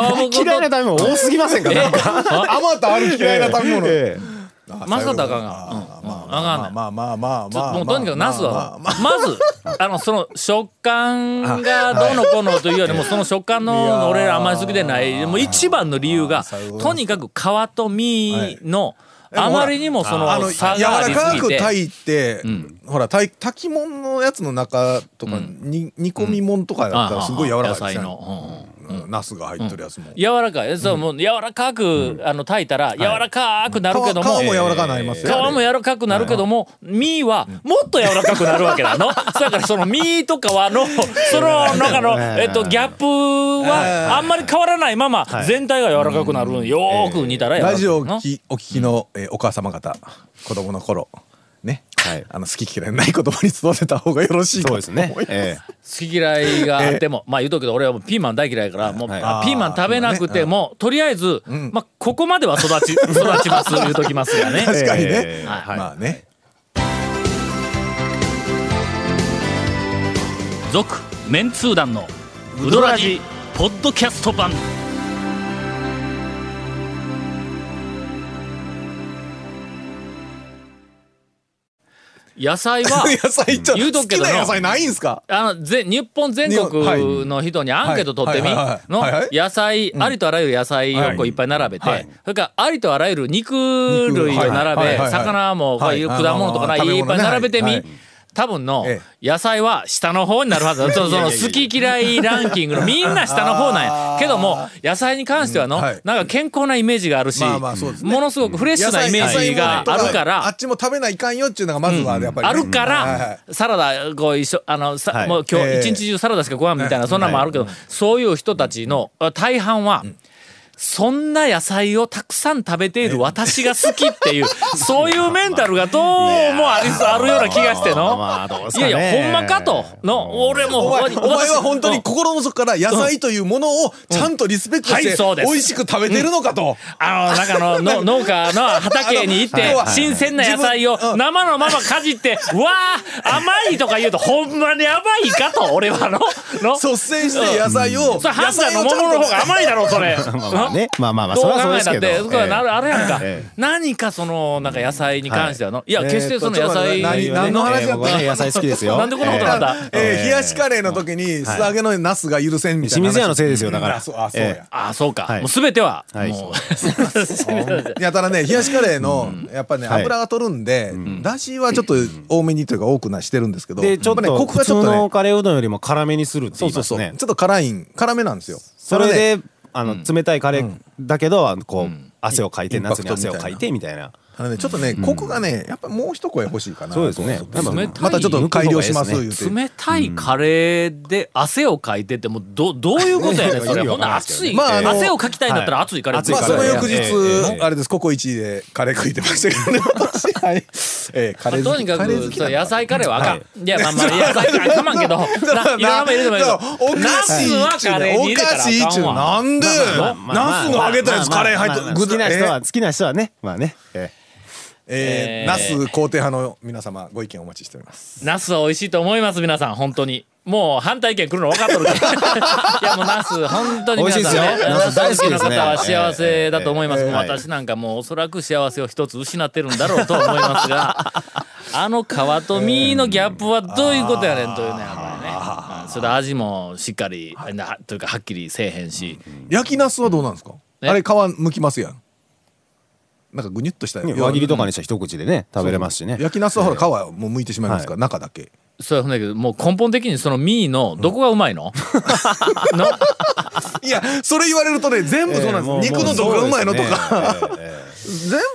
Speaker 1: 皮ごと
Speaker 4: 嫌いな食べ物多すぎま
Speaker 1: (laughs)
Speaker 4: せんか
Speaker 1: え
Speaker 4: なんか
Speaker 3: うあまたある嫌いな食べ物、
Speaker 4: ええ
Speaker 3: あ
Speaker 1: マスカットあかん
Speaker 3: あ
Speaker 1: が
Speaker 3: ま
Speaker 1: うん
Speaker 3: あ
Speaker 1: うんあかんねん
Speaker 3: まあまあまあ
Speaker 1: ちょ
Speaker 3: まあまあまあ
Speaker 1: もうとにかくナス
Speaker 3: ま
Speaker 1: は
Speaker 3: あまあ
Speaker 1: まずあのその食感がどうのこうのという
Speaker 3: (laughs)
Speaker 1: よりもその食感
Speaker 3: いや
Speaker 1: の
Speaker 3: ー
Speaker 1: 俺らあんまり好きでないもう一番の理由が
Speaker 3: 最後
Speaker 1: とにかく皮と身の
Speaker 3: いでも
Speaker 1: あ
Speaker 3: ほら
Speaker 1: まりにもそ
Speaker 3: あ
Speaker 1: の
Speaker 3: の
Speaker 1: 差
Speaker 3: 柔
Speaker 1: があ
Speaker 3: ら
Speaker 1: りす
Speaker 3: か
Speaker 1: ぎ
Speaker 3: く
Speaker 1: て
Speaker 3: 炊いて、
Speaker 1: ん
Speaker 3: ほら炊炊き物のやつの中とか、に煮込み物とかだったらすごい柔らかい
Speaker 1: 野菜
Speaker 3: ですね、
Speaker 1: の、うんうん
Speaker 3: うんナスが入ってるやつも、
Speaker 1: 柔らかいそうもう柔らかくあの炊いたら柔らかくなるけど
Speaker 3: 皮
Speaker 1: も
Speaker 3: 皮も柔らかくなります
Speaker 1: 皮
Speaker 3: よ、
Speaker 1: も柔らかくなるけども、身はもっと柔らかくなるわけだ (laughs) の。だからその身とかは (laughs) の、その中の、えっと、ギャップはあんまり変わらないまま、全体が柔らかくなる。よーく煮たら柔ら
Speaker 3: ラ
Speaker 1: かく
Speaker 3: ジオ
Speaker 1: な
Speaker 3: を
Speaker 1: る
Speaker 3: 聞きお聞きの、えーお母様方子供の頃ね
Speaker 4: はい
Speaker 3: あの好き嫌いのない言葉に育てた方がよろしいか
Speaker 4: そ
Speaker 3: と
Speaker 4: う
Speaker 3: 思い
Speaker 4: で
Speaker 3: ます
Speaker 4: すね。え
Speaker 1: 好き嫌いがあっても、まあ言うとくけど俺はもうピーマン大嫌いやからもう、
Speaker 4: はい
Speaker 1: あピーマン食べなくても、とりあえず、まあここまでは育 (laughs) ち育ちます言うときますがね。
Speaker 3: (laughs) 確かにね、
Speaker 4: ええ
Speaker 3: まあね、
Speaker 1: 続メンツー団のウドラジポッドキャスト版 (laughs) 野菜は
Speaker 3: (laughs) 野菜ちょっ
Speaker 1: 言う
Speaker 3: と
Speaker 1: と
Speaker 3: 好
Speaker 1: くけ
Speaker 3: き
Speaker 1: どな
Speaker 3: な野菜ないんすか
Speaker 1: あのぜ日本全国の人にアンケート取ってみ
Speaker 3: はいはい
Speaker 1: の
Speaker 3: はいはい
Speaker 1: 野菜ありとあらゆる野菜をこういっぱい並べてそれからありとあらゆる肉類を並
Speaker 3: はいはいはい
Speaker 1: べ
Speaker 3: はい
Speaker 1: 魚もこういう
Speaker 3: はい
Speaker 1: 果物とかな
Speaker 3: あ
Speaker 1: い
Speaker 3: のー
Speaker 1: っぱい並べて
Speaker 3: 食べ物ねは
Speaker 1: み
Speaker 3: いはい
Speaker 1: 多分の
Speaker 3: え
Speaker 1: 野菜は下の方になる
Speaker 3: (laughs)
Speaker 1: はずだそのその好き嫌いランキングのみんな下の方なんやけども野菜に関してはの
Speaker 3: うんはい
Speaker 1: なんか健康なイメージがあるし
Speaker 3: まあまあそうですね
Speaker 1: ものすごくフレッシュなイメージがあるか
Speaker 3: あ
Speaker 1: ら
Speaker 3: っちも食べないかんよっていうのがまずはやっぱりね、
Speaker 1: あるか
Speaker 3: はいはい
Speaker 1: ら、サラダ、こう一緒、あの、さ
Speaker 4: はい
Speaker 1: もう今日
Speaker 3: ええ
Speaker 1: 一日中サラダしかご飯みたいな、そんなんもあるけど、そういう人たちのあ大半は、そんな野菜をたくさん食べている私が好きっていう、そういうメンタルがどうもありそうあるような気がしての。
Speaker 4: まあどうす
Speaker 1: い
Speaker 4: か
Speaker 1: や
Speaker 4: ね
Speaker 1: いや、ほんまかと。の、俺も
Speaker 3: お
Speaker 1: ほんまに
Speaker 3: 前お前は本当
Speaker 1: うん
Speaker 3: に心の底から野菜というものをちゃんとリスペクト
Speaker 1: うんはい
Speaker 3: し
Speaker 1: そうで
Speaker 3: て
Speaker 1: す
Speaker 3: 美味しく食べてるのかと、
Speaker 1: あの、なんかあの、の農家の畑に行っ
Speaker 3: あの
Speaker 1: て
Speaker 3: 要、は
Speaker 1: 新鮮な野菜を
Speaker 3: 自分うん
Speaker 1: 生のままかじって、わあ甘いとか言うと、ほんまに甘いかと、俺はの、の。
Speaker 3: 率先して野菜を、
Speaker 1: それ、ハ
Speaker 3: 野
Speaker 1: ンダ
Speaker 3: 菜
Speaker 1: の
Speaker 3: をちゃんと
Speaker 1: 桃の方が甘いだろ、それ。どう
Speaker 4: えまあね。 (laughs) まあまあまあそ
Speaker 1: 考
Speaker 4: れはそうで
Speaker 1: え
Speaker 4: す
Speaker 1: たっ
Speaker 4: けど。
Speaker 1: て、そういうのあるあるやんか
Speaker 4: ええ。
Speaker 1: 何かその、なんか野菜に関してはの、いや、決してその野
Speaker 3: え
Speaker 1: 菜
Speaker 3: ーとちょっと待って何何の
Speaker 1: の、
Speaker 3: 話
Speaker 4: ええ僕はね野菜好きですよ。
Speaker 1: なんでこんなことになった
Speaker 4: ええ
Speaker 3: えー冷やしカレーの時に素揚げのナスが許せんみたいな
Speaker 4: 清水屋のせいですよだから
Speaker 3: あそうあそう
Speaker 4: え
Speaker 3: や、
Speaker 1: ああ、そうか。
Speaker 4: はい
Speaker 1: もうすべては、
Speaker 4: はい
Speaker 1: もう。
Speaker 3: いやただね冷やしカレーのやっぱね
Speaker 4: はい
Speaker 3: 油が取るんでだしはちょっと多めにというか多くなしてるんですけど
Speaker 4: でちょっ
Speaker 3: やぱね
Speaker 4: と
Speaker 3: コク
Speaker 4: 普
Speaker 3: がち
Speaker 4: 通
Speaker 3: ょっと
Speaker 4: の
Speaker 3: ね
Speaker 4: カレーうどんよりも辛めにするって
Speaker 3: そ
Speaker 4: 言
Speaker 3: う
Speaker 4: い
Speaker 3: そ
Speaker 4: ま
Speaker 3: う
Speaker 4: す
Speaker 3: そう
Speaker 4: ね
Speaker 3: ちょ。っと辛いん辛めなんですよ
Speaker 4: それ
Speaker 3: ただね
Speaker 4: であの冷たいカレーだけどあのこう汗をかいて
Speaker 3: インパ
Speaker 4: 夏
Speaker 3: ク
Speaker 4: に
Speaker 3: トみ
Speaker 4: 汗
Speaker 3: たい
Speaker 4: を
Speaker 3: な
Speaker 4: かいてみたいな。
Speaker 3: ただねちょっとねコクがねやっぱもう一声欲しいかな
Speaker 4: そうですね。やっぱ
Speaker 1: 冷たい
Speaker 3: またちょっと改良します
Speaker 4: 抜く方がいいで
Speaker 3: 言うて
Speaker 1: 冷たいカレーで汗をかいてってもうどどういうことやねんそれ
Speaker 4: いや
Speaker 1: ほんなら
Speaker 4: わかんないです
Speaker 1: 暑
Speaker 4: け
Speaker 1: い、
Speaker 4: ど
Speaker 3: まああの
Speaker 1: 汗をかきたいんだったら暑いカレー
Speaker 4: はい
Speaker 1: 食う
Speaker 3: まあ
Speaker 1: か
Speaker 3: そ
Speaker 1: ら
Speaker 3: の
Speaker 4: 暑いカレー
Speaker 3: 翌日
Speaker 4: ええ
Speaker 3: あれですココイチでカレー食いてましたけどね私はい (laughs) ええカレー
Speaker 1: と
Speaker 3: 好
Speaker 1: に
Speaker 3: き
Speaker 1: か
Speaker 3: カレー
Speaker 1: く
Speaker 3: 好き
Speaker 1: そ
Speaker 3: な
Speaker 1: うん
Speaker 3: だ
Speaker 1: 野菜カレーはあかん、、
Speaker 4: はい
Speaker 1: やまあまあ野菜カレーあかまんけど
Speaker 3: (laughs)
Speaker 1: ないろんなもん入れてもいいけど
Speaker 3: お
Speaker 1: ナ
Speaker 3: かし
Speaker 1: ス
Speaker 3: い
Speaker 1: は
Speaker 3: っちゅう
Speaker 1: カレーに入れ
Speaker 3: ねお
Speaker 1: た
Speaker 3: からしいっ
Speaker 1: あか
Speaker 3: ちゅ
Speaker 1: ん
Speaker 3: う
Speaker 1: わ
Speaker 3: なんで
Speaker 4: まあ
Speaker 3: ナスの揚げたやつカレー入って
Speaker 4: 好きな人は
Speaker 3: え
Speaker 4: 好きな人はねまあね。え
Speaker 3: ええナス肯定派の皆様ご意見お待ちしております
Speaker 1: ナスは美味しいと思います皆さん本当にもう反対意見来るの分かっと
Speaker 4: (laughs)
Speaker 1: るけどいやもうナス本当に皆さんね
Speaker 4: 美味しいですよ
Speaker 1: ナス大好きな
Speaker 4: ナス大好きですね
Speaker 1: 方は幸せだと思います、
Speaker 4: ええええ
Speaker 1: 私なんかもうおそらく幸せを一つ失ってるんだろうと思いますがあの皮と身のギャップはどういうことやねんというねやっぱりねうんそれで味もしっかりなというかはっきりせえへんし
Speaker 3: 焼きナスはどうなんですか
Speaker 1: え
Speaker 3: あれ皮剥きますやんなんかぐにゅっとした
Speaker 4: えね輪切りとかにしたら一口でね食べれますしね。
Speaker 3: 焼きナスはほら皮はもう剥いてしまいますから中だけ
Speaker 1: そうやほんだけどもう根本的にそのミーのどこがうまい
Speaker 4: (laughs)
Speaker 1: の、の
Speaker 3: いやそれ言われるとね全部そうなんです肉のどこがうまいのとか
Speaker 4: か。 (laughs) ええええ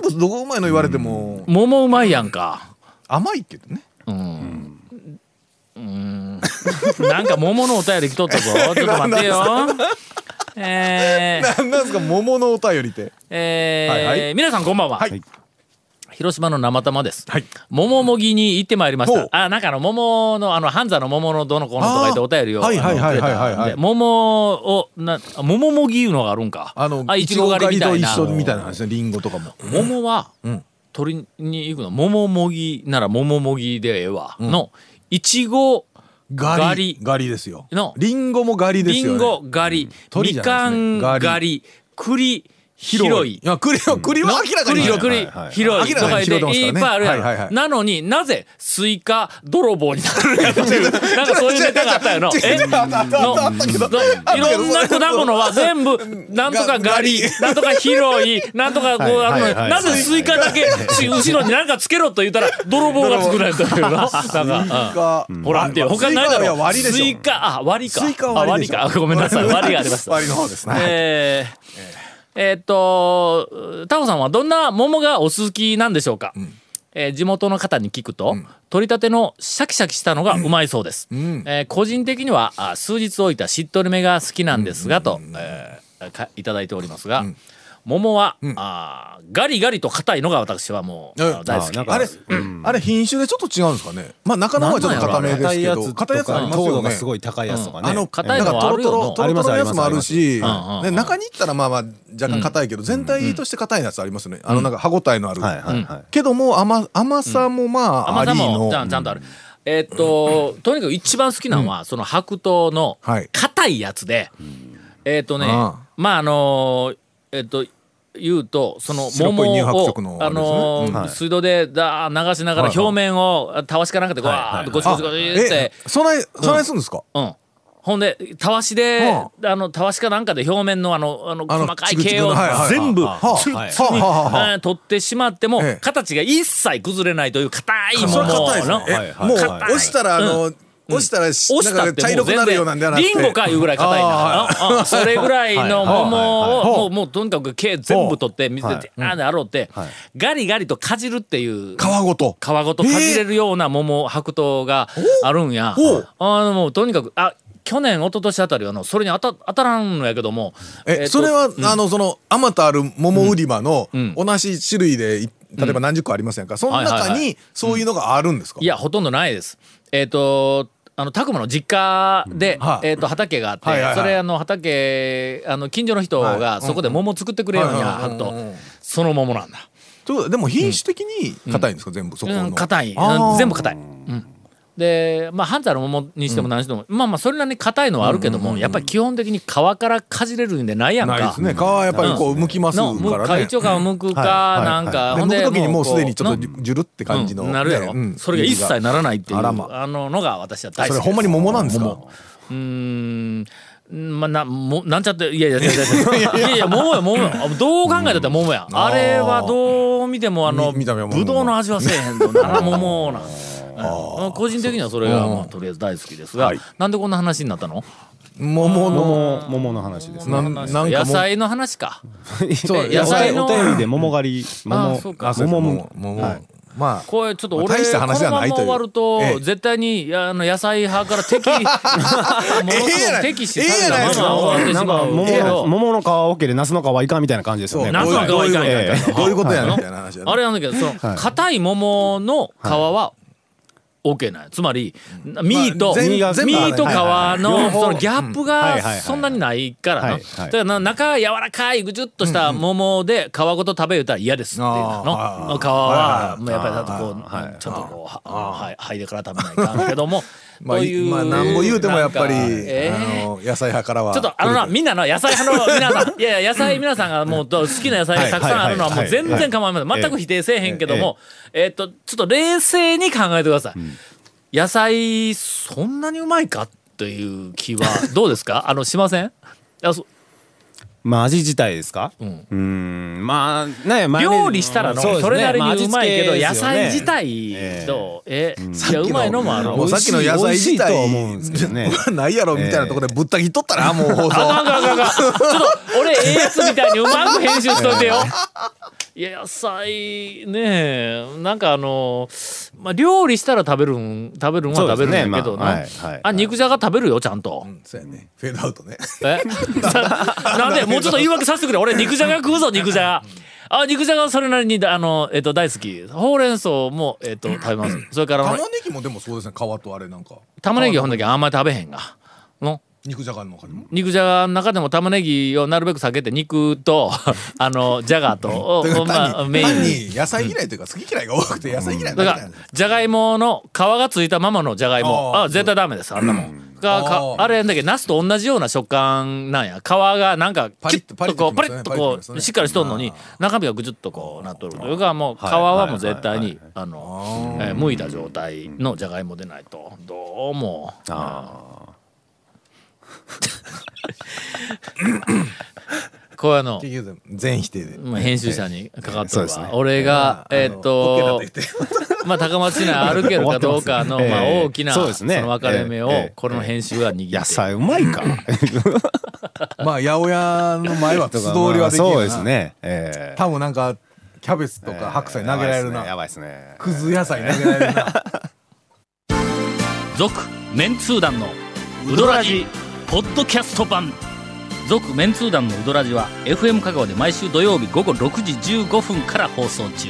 Speaker 3: (laughs) 全部どこがうまいの言われても
Speaker 1: 桃うまいやんか。
Speaker 3: 甘いけどね
Speaker 1: なんか桃のお便り来とった
Speaker 3: (laughs)
Speaker 1: ぞ。ちょっと待ってよ。えー、
Speaker 3: (laughs) なんなんですか桃のお便りって
Speaker 1: えー
Speaker 3: はいは
Speaker 1: 皆さんこんばんは。
Speaker 3: はい
Speaker 1: 広島の生玉です。桃もぎに行ってまいりまし
Speaker 3: ほ
Speaker 1: た
Speaker 3: う。
Speaker 1: あ、なんかあの桃の、あの、半座の桃のどの子のとか言ってお便りを。
Speaker 3: あーはいはいはいはいはい
Speaker 1: あのくれたんで桃を、な、あ桃もぎいうのがあるんか。
Speaker 3: あの
Speaker 1: いちご狩りみたいな。
Speaker 3: と一緒みたいな話ねリンゴとかも
Speaker 1: 桃は、
Speaker 3: ん
Speaker 1: 取りに行くの桃もぎなら桃もぎでええわ、のいちごガ
Speaker 3: ガ
Speaker 1: リ
Speaker 3: リガリですよ
Speaker 1: の
Speaker 3: リンゴもガリです
Speaker 1: り
Speaker 3: よね
Speaker 1: んご狩り、み
Speaker 3: 鳥じゃな
Speaker 1: か
Speaker 3: いですね
Speaker 1: ん
Speaker 3: ガリ
Speaker 1: 狩り栗広い
Speaker 3: いや栗は栗は明らかに
Speaker 1: 栗
Speaker 3: 広い
Speaker 1: 栗
Speaker 4: はいはい
Speaker 1: 広いとか言っていっぱいあるや
Speaker 3: はいはいは
Speaker 1: ろ
Speaker 3: い
Speaker 1: なのになぜスイカ泥棒になるやろっていう
Speaker 3: (laughs)
Speaker 1: なんかそういうネタがあったよのえ
Speaker 3: あったあったあったあったけど
Speaker 1: のいろんな果物は全
Speaker 3: (laughs)
Speaker 1: 部なんとかガリなんとか広いなんとかこうあるの
Speaker 4: は
Speaker 1: に
Speaker 4: いはいはい
Speaker 1: なぜスイカだけし後ろに何かつけろと言ったら泥棒が作られた
Speaker 3: (laughs)
Speaker 1: けどなんか
Speaker 3: が
Speaker 1: うんほら見て他ないだ
Speaker 3: スイカはいや
Speaker 1: ろ
Speaker 3: 割りでしょ
Speaker 1: スイカあ割りか
Speaker 3: スイカ
Speaker 1: あ
Speaker 3: は割
Speaker 1: 割
Speaker 3: り
Speaker 1: り
Speaker 3: でしょ
Speaker 1: かごめんなさい割りがあります
Speaker 3: 割りの方ですね
Speaker 1: えーえーっとタオさんはどんな桃がお好きなんでしょうか、えー地元の方に聞くと、取りたてのシャキシャキしたのがうまいそうです、えー個人的にはあ数日置いたしっとりめが好きなんですが、と、えーかいただいておりますが、桃は、あーガリガリと硬いのが私はもう、
Speaker 3: うん
Speaker 1: あー大好き
Speaker 4: あなんか
Speaker 3: あれ、あれ品種でちょっと違うんですかね。まあ中野はちょっと硬めです
Speaker 4: 硬い
Speaker 3: け
Speaker 4: や
Speaker 3: ど、
Speaker 4: つ
Speaker 3: 硬いや
Speaker 4: と
Speaker 3: つあり
Speaker 4: か
Speaker 3: ます
Speaker 4: 糖
Speaker 3: よ
Speaker 4: 度
Speaker 3: ね
Speaker 4: が。すごい高いやつとかね
Speaker 1: あの硬い
Speaker 3: なん
Speaker 1: の
Speaker 3: か
Speaker 1: は
Speaker 3: ト
Speaker 1: あ
Speaker 3: ロ
Speaker 1: る
Speaker 3: ト
Speaker 1: よ
Speaker 3: ロトロトロのやつもあるし、
Speaker 1: ありますあります
Speaker 3: ね中に行ったらまあまあ若干硬いけど全体として硬いやつありますね。あのなんか歯ごたえのある。
Speaker 4: はいはいはい
Speaker 3: けども甘甘さもまああ
Speaker 1: 甘
Speaker 3: り
Speaker 1: さ
Speaker 3: の
Speaker 1: もちゃんちゃんとある。えーっと、とにかく一番好きなのは、その白桃の
Speaker 3: はい
Speaker 1: 硬いやつで、えーっとね、
Speaker 3: あ
Speaker 1: まああのーえーっと、言うとその
Speaker 3: 白っぽい
Speaker 1: 桃
Speaker 3: 乳白
Speaker 1: を
Speaker 3: 色のあ
Speaker 1: あ
Speaker 3: れですね
Speaker 1: のー
Speaker 4: はい
Speaker 1: 水道でだー流しながら
Speaker 3: はいはい
Speaker 1: 表面をたわしかなんかでわーってゴシゴシゴシって
Speaker 3: え、そないそないするんですか。
Speaker 1: うん。ほんでたわしで
Speaker 3: は
Speaker 1: あのたわしかなんかで表面のあのあの
Speaker 3: あの
Speaker 1: 細かい
Speaker 3: チクチク
Speaker 1: 毛
Speaker 3: の
Speaker 1: を
Speaker 3: はいはい
Speaker 1: 全部
Speaker 3: はあ
Speaker 1: つる
Speaker 3: は
Speaker 1: っ
Speaker 3: い
Speaker 1: つるに
Speaker 3: はあはあはあ
Speaker 1: あー取ってしまっても
Speaker 3: ええ
Speaker 1: 形が一切崩れないという硬い
Speaker 3: そ
Speaker 1: 桃
Speaker 3: れ硬いですね
Speaker 1: の。
Speaker 4: はい
Speaker 3: え
Speaker 4: はい
Speaker 3: もう
Speaker 4: 硬い
Speaker 3: 押したらあの押したらし
Speaker 1: 押し
Speaker 3: な
Speaker 1: た
Speaker 3: ん
Speaker 1: っ
Speaker 3: か
Speaker 1: て
Speaker 3: 茶
Speaker 1: もう
Speaker 3: 色く
Speaker 1: 全
Speaker 3: なるようなんでは
Speaker 1: 然
Speaker 3: なくて
Speaker 1: リンゴかいうぐらい硬いなうんうんそれぐらいの桃を
Speaker 4: はいはいはい
Speaker 1: もうもうとにかく毛全部取って水で
Speaker 4: は
Speaker 1: あーであろうってガリガリとかじるっていう
Speaker 3: 皮ごと。
Speaker 1: 皮ごとかじれるような桃白桃があるんや
Speaker 3: おう
Speaker 1: あのもうとにかくあ去年一昨年あたりはのそれに当た当たらんのやけども
Speaker 3: え
Speaker 1: っと
Speaker 3: それは、あのそのあまたある桃売り場の
Speaker 1: ん
Speaker 3: 同じ種類でい例えば何十個ありませんか、その
Speaker 1: はい
Speaker 3: 中
Speaker 1: はいは
Speaker 3: にそういうのがあるんですか、
Speaker 1: いやほとんどないですえっ、とあの拓磨の実家で、
Speaker 3: はい
Speaker 1: えー、と畑があって、
Speaker 3: はいはいはい
Speaker 1: それあの畑あの近所の人がそこで桃作ってくれるんや、
Speaker 3: はいはい
Speaker 1: はっと
Speaker 3: うんうんうん
Speaker 1: その桃なんだ
Speaker 3: ということででも品種的に硬いんですか、全部そこ
Speaker 1: う
Speaker 3: の
Speaker 1: ん硬い
Speaker 3: あー
Speaker 1: 全部硬い、うん、でまあ半沢の桃にしても何しても、まあまあそれなりに硬いのはあるけども、やっぱり基本的に皮からかじれるんでないやんか
Speaker 3: ないですね皮はやっぱりこう剥きます
Speaker 1: の
Speaker 3: か
Speaker 1: む
Speaker 3: らね
Speaker 1: 会長がむくか、
Speaker 4: はい
Speaker 1: なんか、
Speaker 3: で
Speaker 1: ほん
Speaker 3: 剥
Speaker 1: で
Speaker 3: く時にもうすでにちょっ
Speaker 1: ことう
Speaker 3: じゅるって感じの、
Speaker 1: うんなるやろ、
Speaker 3: ねうん
Speaker 1: それが一切ならないっていう
Speaker 3: あ
Speaker 1: あ,、
Speaker 3: らま
Speaker 1: ののが私は大好き
Speaker 3: それ
Speaker 1: です
Speaker 3: ほんまに桃なんですか
Speaker 1: 桃うーんまあ、なもなんちゃっていやいやいやいやいやいや桃や桃やどう考えたって桃や、あれはどう見てもあの
Speaker 3: み見た目は桃
Speaker 1: ぶどうの味はせえへんとなら
Speaker 3: (laughs)
Speaker 1: 桃なんうん個人的にはそれが、まあ、とりあえず大好きですが、なんでこんな話になったの
Speaker 3: 桃の
Speaker 4: 桃桃の話ですね
Speaker 3: なんなんかもう
Speaker 1: 野菜の話か
Speaker 4: そう
Speaker 1: 野菜の
Speaker 4: お便りで桃狩り
Speaker 1: あ
Speaker 4: 桃
Speaker 1: そうか
Speaker 4: 桃
Speaker 3: 桃桃、まあ
Speaker 1: これちょっと俺、
Speaker 3: まあ大した話ではないという
Speaker 1: このまま終わると、
Speaker 3: ええ
Speaker 1: 絶対にいやあの野菜派から
Speaker 3: (laughs)
Speaker 1: 敵 (laughs) ものすごく敵視されたまま終わって
Speaker 4: な
Speaker 1: し
Speaker 4: ん
Speaker 1: ま
Speaker 4: か
Speaker 1: う
Speaker 4: 桃
Speaker 1: け
Speaker 4: の
Speaker 1: ど。
Speaker 4: 桃の皮オケでナスの皮いかんみたいな感じですよね
Speaker 1: ナスの皮
Speaker 3: どう
Speaker 1: いかん
Speaker 4: え
Speaker 1: や
Speaker 4: え
Speaker 1: ん
Speaker 3: どういうことやねん
Speaker 1: あ
Speaker 3: みたいな話やね
Speaker 1: あれなんだけどその硬い桃の皮は OK なんやつまりミー
Speaker 3: まあ
Speaker 1: と
Speaker 3: 全
Speaker 1: ミ
Speaker 3: 部全部
Speaker 1: ーと皮
Speaker 4: はい
Speaker 1: の
Speaker 4: はい
Speaker 1: そのギャップ
Speaker 4: はいはい
Speaker 1: が
Speaker 4: はい
Speaker 1: そんなにないからな
Speaker 4: はい
Speaker 1: だ
Speaker 4: はい
Speaker 1: からな中柔らかいぐじゅっとした桃で皮ごと食べるたら嫌ですっていうの
Speaker 3: あー
Speaker 1: の皮はもうやっぱりだとこうちょっとこうははいはいでから食べないかんけども
Speaker 3: (laughs) まあ、
Speaker 1: という
Speaker 3: まあ、なんぼ言うてもやっぱり、
Speaker 1: なんかえー
Speaker 3: あの野菜派からは
Speaker 1: ちょっとあのな、みんなの野菜派の皆さん、いやいや、野菜皆さんがもうど好きな野菜がたくさんあるのはもう全然構いません。全く否定せえへんけども、えっと、ちょっと冷静に考えてください。野菜、そんなにうまいかという気は、どうですかあの、しませんあそ
Speaker 4: まあ味自体ですかう
Speaker 1: うん
Speaker 4: ーんまあねマヨネーズ
Speaker 1: 料理したらの、
Speaker 4: うですね
Speaker 1: それなりにうまいけど、
Speaker 4: まあ
Speaker 1: 野
Speaker 4: 味付
Speaker 1: 菜
Speaker 4: で
Speaker 1: 自体、
Speaker 4: すよね
Speaker 1: どうえ、いや、うまいのもある。
Speaker 3: もうさっきの野菜
Speaker 4: 美味し
Speaker 3: 自体
Speaker 4: いと思うんですけどね
Speaker 3: (laughs) ないやろみたいなところでぶった切っとったらもう放
Speaker 1: あかん
Speaker 3: 送
Speaker 1: あかんあかんあかんちょっと俺ええやつみたいにうまく編集しといてよ。いや野菜ねえなんかあのまあ料理したら食べるん食べるんは
Speaker 4: そうで
Speaker 1: 食
Speaker 4: す
Speaker 1: べ
Speaker 4: ね
Speaker 1: るんだけどな。
Speaker 4: まあ
Speaker 1: あ
Speaker 4: はいはい
Speaker 1: 肉じゃが食べるよちゃんと。
Speaker 3: そうやねフェードアウトね
Speaker 1: えさなんでもうちょっと言い訳させてくれ俺肉じゃが食うぞ肉じゃが。あ肉じゃがはそれなりにあの、えっと大好きほうれん草も、えっと食べますそれからあ
Speaker 3: 玉
Speaker 1: の
Speaker 3: ねぎもでもそうですね皮とあれなんか
Speaker 1: 玉ねぎはほんだけあんまり食べへんがの
Speaker 3: 肉じゃがの中にも
Speaker 1: 肉じゃがの中でも玉ねぎをなるべく避けて肉と (laughs) あのじゃがとを
Speaker 3: (laughs) というか
Speaker 1: まあ
Speaker 3: 単に
Speaker 1: メイン
Speaker 3: 単
Speaker 1: に
Speaker 3: に野菜嫌いというか好き嫌いが多くて野菜嫌い
Speaker 1: だ
Speaker 3: だ
Speaker 1: か
Speaker 3: けな
Speaker 1: ら
Speaker 3: んです
Speaker 1: じゃがいもの皮がついたままのじゃがいも
Speaker 3: あー
Speaker 1: あ絶対ダメですあんなもん。がか
Speaker 3: あー
Speaker 1: あれだけどナスと同じような食感なんや皮がなんか
Speaker 3: パ
Speaker 1: キ
Speaker 3: リ
Speaker 1: ュ
Speaker 3: ッ
Speaker 1: ッ
Speaker 3: と
Speaker 1: とこうパ
Speaker 3: パ
Speaker 1: リ
Speaker 3: リ
Speaker 1: ッ
Speaker 3: ッ
Speaker 1: と
Speaker 3: と
Speaker 1: こ
Speaker 3: パリッとですよ
Speaker 1: う
Speaker 3: ね
Speaker 1: しっかりしとんのに中身がぐじゅっとこうなっとるというかもう皮はもう絶対にあのえー剥いた状態のじゃがいもでないとどうも
Speaker 4: あ
Speaker 1: こういうの
Speaker 3: 結局全否定で
Speaker 1: まあ編集者にかかっ
Speaker 4: そ
Speaker 1: と
Speaker 4: う
Speaker 1: る
Speaker 4: ですね
Speaker 1: わ俺が
Speaker 3: あの
Speaker 1: えーっと
Speaker 3: OK だと言って
Speaker 1: まあ高松市内歩けるかどうか
Speaker 4: (laughs)
Speaker 1: の
Speaker 4: 終わ
Speaker 1: まあ
Speaker 4: ってますねええ
Speaker 1: 大きなそ
Speaker 4: そうですね
Speaker 1: の分かれ目
Speaker 4: ええ
Speaker 1: を
Speaker 4: ええ
Speaker 1: この編集が握
Speaker 4: ー
Speaker 1: っ
Speaker 4: 野
Speaker 1: て
Speaker 4: 菜うまいか (laughs)
Speaker 3: (laughs) まあ八百屋の前は素通りはできるな
Speaker 4: (laughs) そうですねええ
Speaker 3: 多分なんかキャベツとか白菜投げられる
Speaker 4: や
Speaker 3: な
Speaker 4: ばいですね
Speaker 3: くず野菜投げられるな
Speaker 1: 続メンツー団のウドラジポッドキャスト版続メンツー団のウドラジは FM 香川で毎週土曜日午後6時15分から放送中